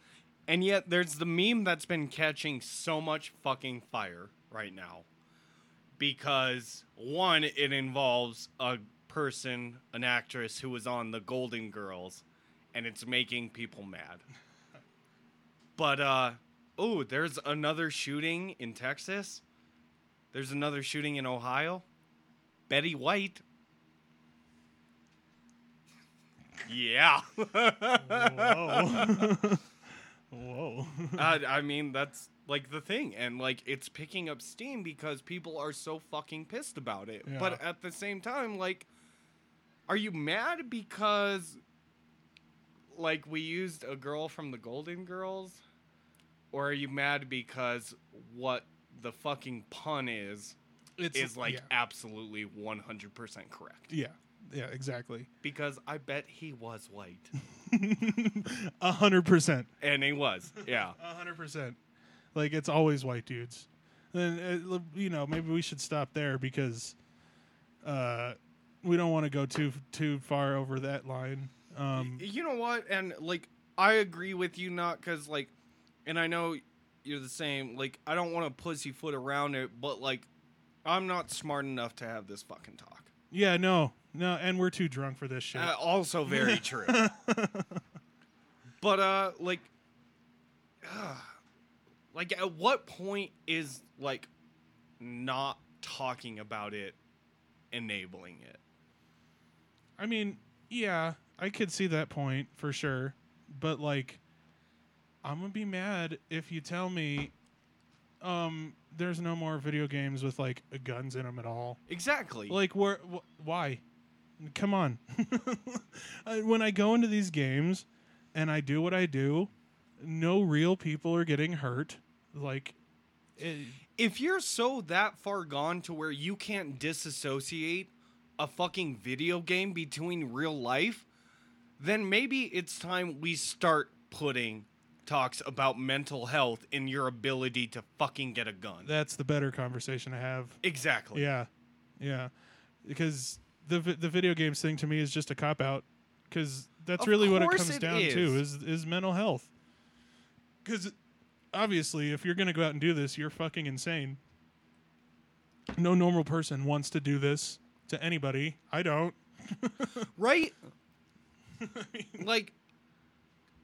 Speaker 2: And yet there's the meme that's been catching so much fucking fire right now. Because one, it involves a person, an actress who was on the Golden Girls, and it's making people mad. (laughs) But uh oh, there's another shooting in Texas. There's another shooting in Ohio. Betty White. (laughs) Yeah. (laughs)
Speaker 1: Whoa. (laughs) Whoa.
Speaker 2: uh, I mean, that's like the thing, and like it's picking up steam because people are so fucking pissed about it.
Speaker 1: Yeah.
Speaker 2: But at the same time, like, are you mad because like we used a girl from the Golden Girls, or are you mad because what the fucking pun is
Speaker 1: It's
Speaker 2: is like
Speaker 1: yeah.
Speaker 2: absolutely one hundred percent correct?
Speaker 1: yeah. Yeah, exactly. (laughs)
Speaker 2: Because I bet he was white,
Speaker 1: A hundred percent.
Speaker 2: and he was, yeah.
Speaker 1: A hundred percent. Like it's always white dudes. Then uh, you know maybe we should stop there because uh, we don't want to go too too far over that line. Um,
Speaker 2: you know what and like I agree with you, not because like, and I know you're the same. Like, I don't want to pussyfoot around it, but like, I'm not smart enough to have this fucking talk.
Speaker 1: Yeah, no, no, and we're too drunk for this shit.
Speaker 2: Uh, also very true. but uh, like, ugh. like at what point is like not talking about it enabling it?
Speaker 1: I mean, yeah, I could see that point for sure, but like, I'm gonna be mad if you tell me, um, there's no more video games with like guns in them at all.
Speaker 2: Exactly.
Speaker 1: Like, where? Wh- why? Come on. (laughs) I- when I go into these games and I do what I do, no real people are getting hurt. Like, it,
Speaker 2: if you're so that far gone to where you can't disassociate a fucking video game between real life, then maybe it's time we start putting talks about mental health in your ability to fucking get a gun.
Speaker 1: that's the better conversation to have.
Speaker 2: exactly.
Speaker 1: Yeah, yeah, because the vi- the video games thing to me is just a cop out, because that's
Speaker 2: Of
Speaker 1: really what it
Speaker 2: course
Speaker 1: comes
Speaker 2: it
Speaker 1: down to is is mental health. Because obviously, if you're going to go out and do this, you're fucking insane. No normal person wants to do this to anybody. I don't. (laughs)
Speaker 2: Right? like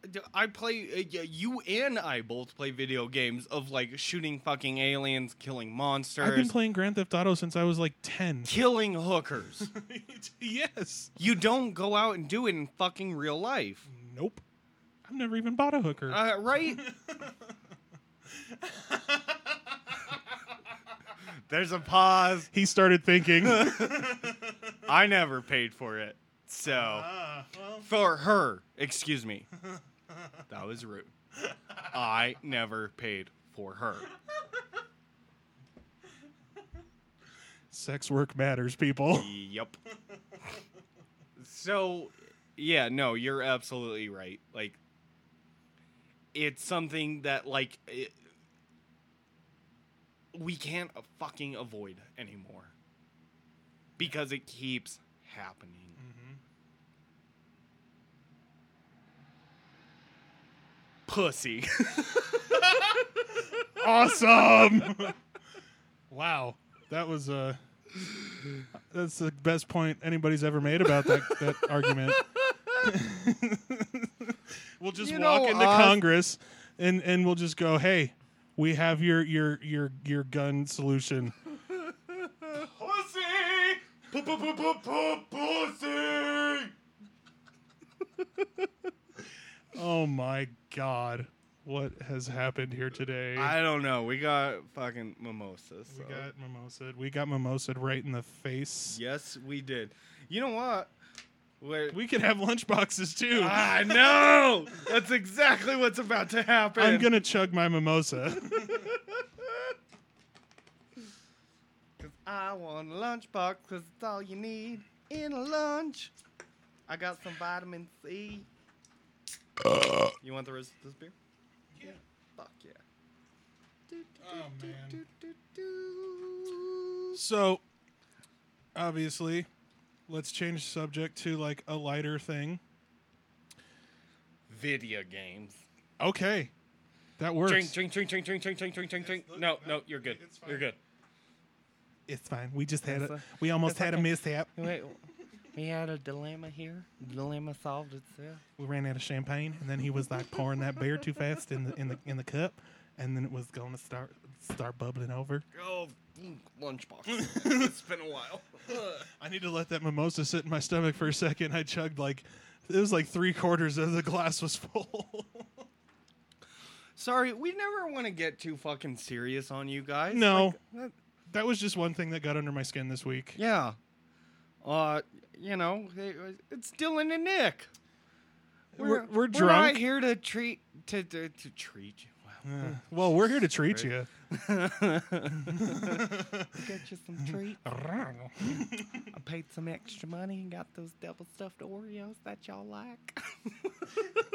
Speaker 2: d- I play uh, y- you and I both play video games of like shooting fucking aliens, killing monsters,
Speaker 1: I've been playing Grand Theft Auto since I was like
Speaker 2: (laughs)
Speaker 1: ten.
Speaker 2: killing hookers.
Speaker 1: yes.
Speaker 2: You don't go out and do it in fucking real life.
Speaker 1: Nope. I've never even bought a hooker.
Speaker 2: Uh, right? (laughs) There's a pause.
Speaker 1: he started
Speaker 2: (laughs)
Speaker 1: thinking.
Speaker 2: I never paid for it. So,
Speaker 1: Ah, well,
Speaker 2: for her, excuse me. That was rude. I never paid for her.
Speaker 1: sex work matters, people.
Speaker 2: Yep. So, yeah, no, you're absolutely right. Like, it's something that, like, it, we can't uh, fucking avoid anymore because it keeps happening. Pussy. (laughs)
Speaker 1: awesome. (laughs) wow, that was uh that's the best point anybody's ever made about that that argument. (laughs) we'll just
Speaker 2: You
Speaker 1: walk
Speaker 2: know,
Speaker 1: into
Speaker 2: Oz-
Speaker 1: Congress and and we'll just go, "Hey, we have your your your your gun solution."
Speaker 2: Pussy! Pussy!
Speaker 1: Oh my god. What has happened here today?
Speaker 2: I don't know. We got fucking mimosas.
Speaker 1: we
Speaker 2: so-
Speaker 1: got mimosa. We got mimosa right in the face.
Speaker 2: Yes, we did. You know what? Wait.
Speaker 1: We could have lunchboxes too.
Speaker 2: (laughs) I know. That's exactly what's about to happen.
Speaker 1: I'm gonna chug my mimosa. (laughs)
Speaker 2: 'Cause I want a lunchbox because it's all you need in a lunch. I got some vitamin C. you want the rest of this beer?
Speaker 1: Yeah.
Speaker 2: Fuck yeah.
Speaker 1: Oh, man.
Speaker 2: man.
Speaker 1: So, obviously, let's change subject to like a lighter thing.
Speaker 2: Video games.
Speaker 1: Okay, that works.
Speaker 2: Drink, drink, drink, drink, drink, drink, drink, drink, drink, drink. No, no, you're good.
Speaker 1: It's fine.
Speaker 2: You're good.
Speaker 1: It's fine. We just had
Speaker 2: It's,
Speaker 1: a
Speaker 2: uh,
Speaker 1: we almost
Speaker 2: it's
Speaker 1: had a
Speaker 2: okay.
Speaker 1: mishap.
Speaker 2: Wait, we had a dilemma here. Dilemma solved uh, itself.
Speaker 1: We ran out of champagne, and then he was like pouring that beer too fast in the in the in the cup, and then it was going to start start bubbling over.
Speaker 2: Oh, lunchbox. (laughs) it's been a while.
Speaker 1: I need to let that mimosa sit in my stomach for a second. I chugged like it was like three quarters of the glass was full.
Speaker 2: (laughs)
Speaker 1: (laughs)
Speaker 2: Sorry, we never want to get too fucking serious on you guys.
Speaker 1: No.
Speaker 2: Like, that-
Speaker 1: that was just one thing that got under my skin this week.
Speaker 2: yeah. Uh, you know, it, it's Dylan and Nick.
Speaker 1: We're- we're
Speaker 2: not
Speaker 1: drunk.
Speaker 2: here to treat to to, to treat you.
Speaker 1: Yeah. Well, we're here to treat you.
Speaker 2: (laughs) Get you some treats. I paid some extra money and got those double stuffed Oreos that y'all like. (laughs)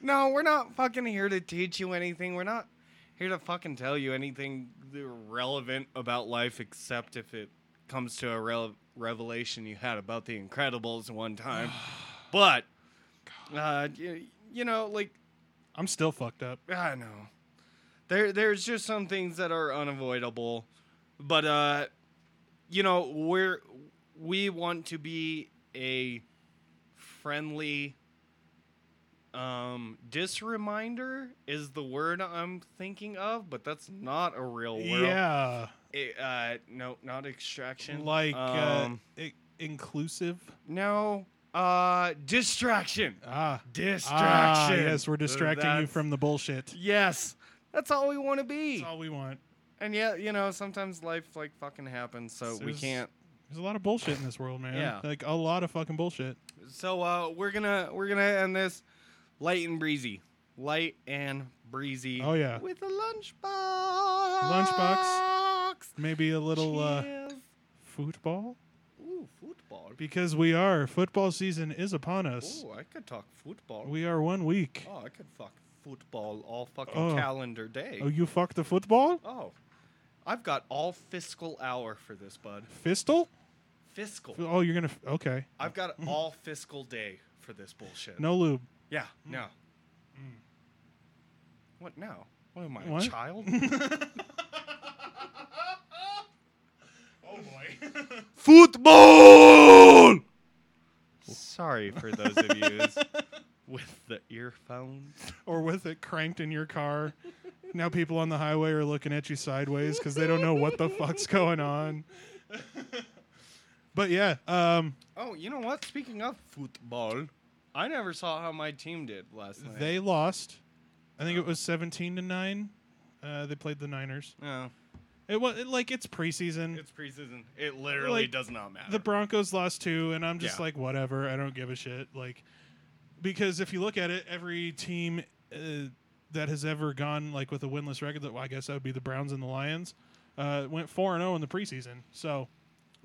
Speaker 2: no, we're not fucking here to teach you anything. We're not here to fucking tell you anything relevant about life except if it comes to a rel revelation you had about the Incredibles one time. (sighs) but Uh, y- you know, like
Speaker 1: I'm still fucked up.
Speaker 2: I know. There there's just some things that are unavoidable. But uh you know, we're we want to be a friendly um disreminder is the word I'm thinking of, but that's not a real word.
Speaker 1: Yeah,
Speaker 2: It, uh no, not extraction.
Speaker 1: like
Speaker 2: um,
Speaker 1: uh, i- inclusive.
Speaker 2: no, uh distraction.
Speaker 1: Ah,
Speaker 2: Distraction.
Speaker 1: ah, yes, we're distracting you
Speaker 2: That's-
Speaker 1: from the bullshit.
Speaker 2: Yes. That's all we want to be.
Speaker 1: That's all we want.
Speaker 2: And yeah, you know, sometimes life like fucking happens, so we
Speaker 1: There's-
Speaker 2: can't.
Speaker 1: There's a lot of bullshit in this world, man.
Speaker 2: Yeah.
Speaker 1: like a lot of fucking bullshit.
Speaker 2: So uh, we're gonna we're gonna end this light and breezy, light and breezy.
Speaker 1: Oh, yeah.
Speaker 2: with a lunchbox.
Speaker 1: Maybe a little uh,
Speaker 2: Cheers.
Speaker 1: football
Speaker 2: Ooh, football.
Speaker 1: because we are football season is upon us.
Speaker 2: Ooh, I could talk football.
Speaker 1: We are one week.
Speaker 2: oh, I could fuck football all fucking
Speaker 1: Oh.
Speaker 2: calendar day.
Speaker 1: Oh, you fucked the football?
Speaker 2: oh, I've got all fiscal hour for this, bud.
Speaker 1: Fistal?
Speaker 2: Fiscal.
Speaker 1: Oh, you're gonna. f- Okay. (laughs)
Speaker 2: I've got all fiscal day for this bullshit.
Speaker 1: No lube.
Speaker 2: Yeah.
Speaker 1: Hmm.
Speaker 2: No. Hmm. What now? What am I,
Speaker 1: What?
Speaker 2: a
Speaker 1: (laughs)
Speaker 2: child?
Speaker 1: Oh boy. (laughs)
Speaker 2: Football! Sorry for those of you
Speaker 1: (laughs)
Speaker 2: with the earphones.
Speaker 1: or with it cranked in your car. Now people on the highway are looking at you sideways because they don't know what the fuck's going on. but yeah, um,
Speaker 2: Oh, you know what? Speaking of football, I never saw how my team did last night.
Speaker 1: they lost. I think it was seventeen to nine. Uh, they played the Niners.
Speaker 2: Oh,
Speaker 1: It was like it's preseason.
Speaker 2: it's preseason. It literally
Speaker 1: Like,
Speaker 2: does not matter.
Speaker 1: the Broncos lost two, and I'm just
Speaker 2: Yeah.
Speaker 1: like, whatever. I don't give a shit. Like, because if you look at it, every team uh, that has ever gone like with a winless record, that well, I guess that would be the Browns and the Lions, uh, went four and zero in the preseason. So,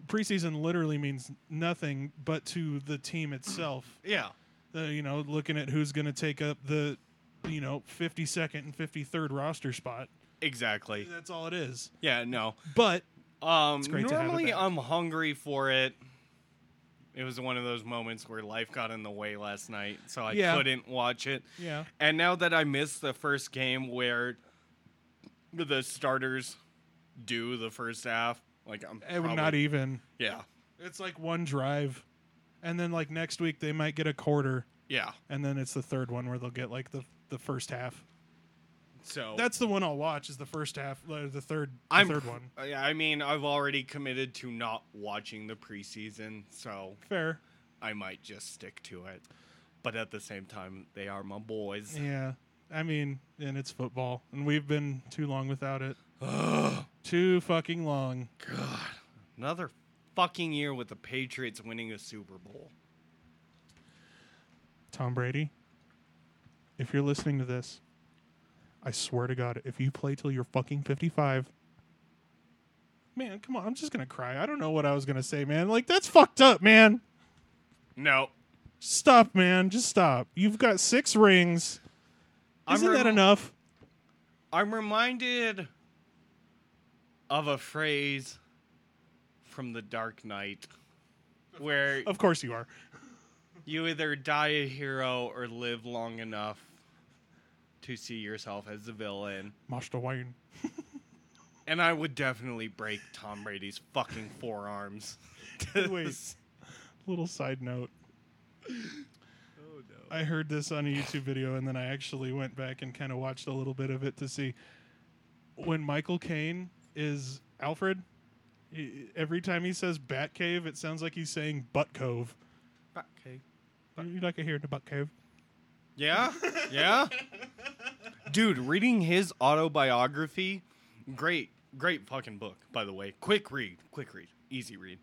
Speaker 1: preseason literally means nothing but to the team itself.
Speaker 2: yeah.
Speaker 1: Uh, you know, looking at who's going to take up the, you know, 52nd and 53rd roster spot.
Speaker 2: Exactly.
Speaker 1: That's all it is.
Speaker 2: Yeah, no.
Speaker 1: But
Speaker 2: Um,
Speaker 1: great to have it
Speaker 2: normally
Speaker 1: back.
Speaker 2: I'm hungry for it. It was one of those moments where life got in the way last night, so I
Speaker 1: Yeah.
Speaker 2: couldn't watch it.
Speaker 1: yeah,
Speaker 2: And now that I missed the first game where the starters do the first half, like I'm
Speaker 1: it would
Speaker 2: probably-
Speaker 1: eh, not even.
Speaker 2: Yeah,
Speaker 1: It's like one drive, and then like next week they might get a quarter,
Speaker 2: yeah.
Speaker 1: and then it's the third one where they'll get like the the first half.
Speaker 2: So
Speaker 1: That's the one I'll watch is the first half, uh, the third, the
Speaker 2: I'm
Speaker 1: third one.
Speaker 2: I I mean, I've already committed to not watching the preseason, so
Speaker 1: Fair,
Speaker 2: I might just stick to it. But at the same time, they are my boys.
Speaker 1: yeah. I mean, and it's football, and we've been too long without it.
Speaker 2: Ugh.
Speaker 1: Too fucking long.
Speaker 2: God, another fucking year with the Patriots winning a Super Bowl.
Speaker 1: Tom Brady, if you're listening to this, I swear to God, if you play till you're fucking 55, man, come on, I'm just gonna cry. I don't know what I was gonna say, man. Like that's fucked up, man.
Speaker 2: No,
Speaker 1: Stop, man. Just stop. You've got six rings.
Speaker 2: I'm
Speaker 1: Isn't that
Speaker 2: remo-
Speaker 1: enough?
Speaker 2: I'm reminded of a phrase from The Dark Knight where
Speaker 1: Of course you are.
Speaker 2: you either die a hero or live long enough to see yourself as the villain.
Speaker 1: Master Wayne.
Speaker 2: And I would definitely break Tom Brady's fucking forearms. (laughs)
Speaker 1: Wait. Little side note.
Speaker 2: Oh no.
Speaker 1: I heard this on a YouTube video and then I actually went back and kind of watched a little bit of it to see when Michael Caine is Alfred. he- every time he says Bat Cave, it sounds like he's saying Butt Cove.
Speaker 2: Okay.
Speaker 1: You'd like to hear the Butt Cove?
Speaker 2: Yeah? (laughs) Yeah? Dude, reading his autobiography, great, great fucking book, by the way. Quick read, quick read, easy read.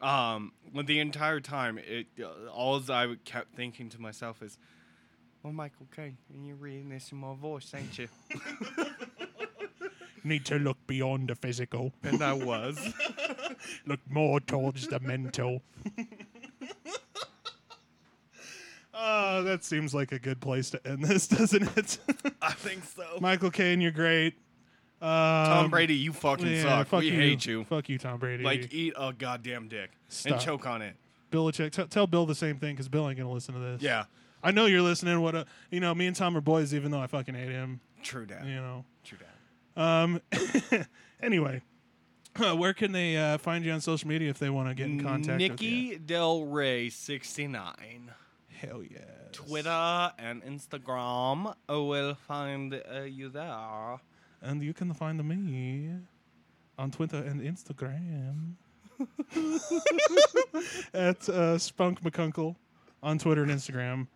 Speaker 2: Um, but the entire time, it uh, all I kept thinking to myself is, "Well, Michael Caine, and you're reading this in my voice, ain't you?"
Speaker 1: Need to look beyond the physical,
Speaker 2: and I was.
Speaker 1: look more towards the mental. Uh, that seems like a good place to end this, (laughs) doesn't it?
Speaker 2: (laughs) I think so.
Speaker 1: Michael Caine, you're great. Um,
Speaker 2: Tom Brady, you fucking
Speaker 1: yeah,
Speaker 2: suck.
Speaker 1: fuck
Speaker 2: we
Speaker 1: you.
Speaker 2: hate you.
Speaker 1: Fuck you, Tom Brady.
Speaker 2: Like, eat a goddamn dick
Speaker 1: Stop.
Speaker 2: and choke on it.
Speaker 1: Belichick, t- tell Bill the same thing because Bill ain't gonna listen to this.
Speaker 2: Yeah.
Speaker 1: I know you're listening. What a, you know, me and Tom are boys, even though I fucking hate him.
Speaker 2: True dad.
Speaker 1: You know.
Speaker 2: True dad.
Speaker 1: Um. (laughs) anyway, where can they uh, find you on social media if they want to get in contact? with you?
Speaker 2: Nikki Del Rey sixty nine.
Speaker 1: Hell yeah.
Speaker 2: Twitter and Instagram will find uh, you there.
Speaker 1: And you can find me on Twitter and Instagram (laughs) at uh, Spunk McCunkle on Twitter and Instagram.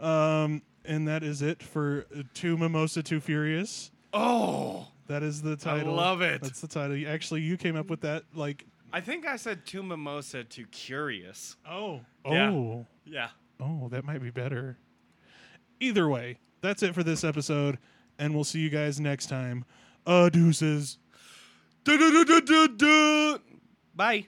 Speaker 1: Um, and that is it for Two Mimosa, Two Furious.
Speaker 2: Oh,
Speaker 1: That is the title.
Speaker 2: love it.
Speaker 1: That's the title. You- Actually, you came up with that like
Speaker 2: I think I said too mimosa, too curious.
Speaker 1: oh oh
Speaker 2: Yeah. Yeah.
Speaker 1: oh that might be better. Either way, that's it for this episode, and we'll see you guys next time. Uh, deuces.
Speaker 2: Du-du-du-du-du-du. Bye.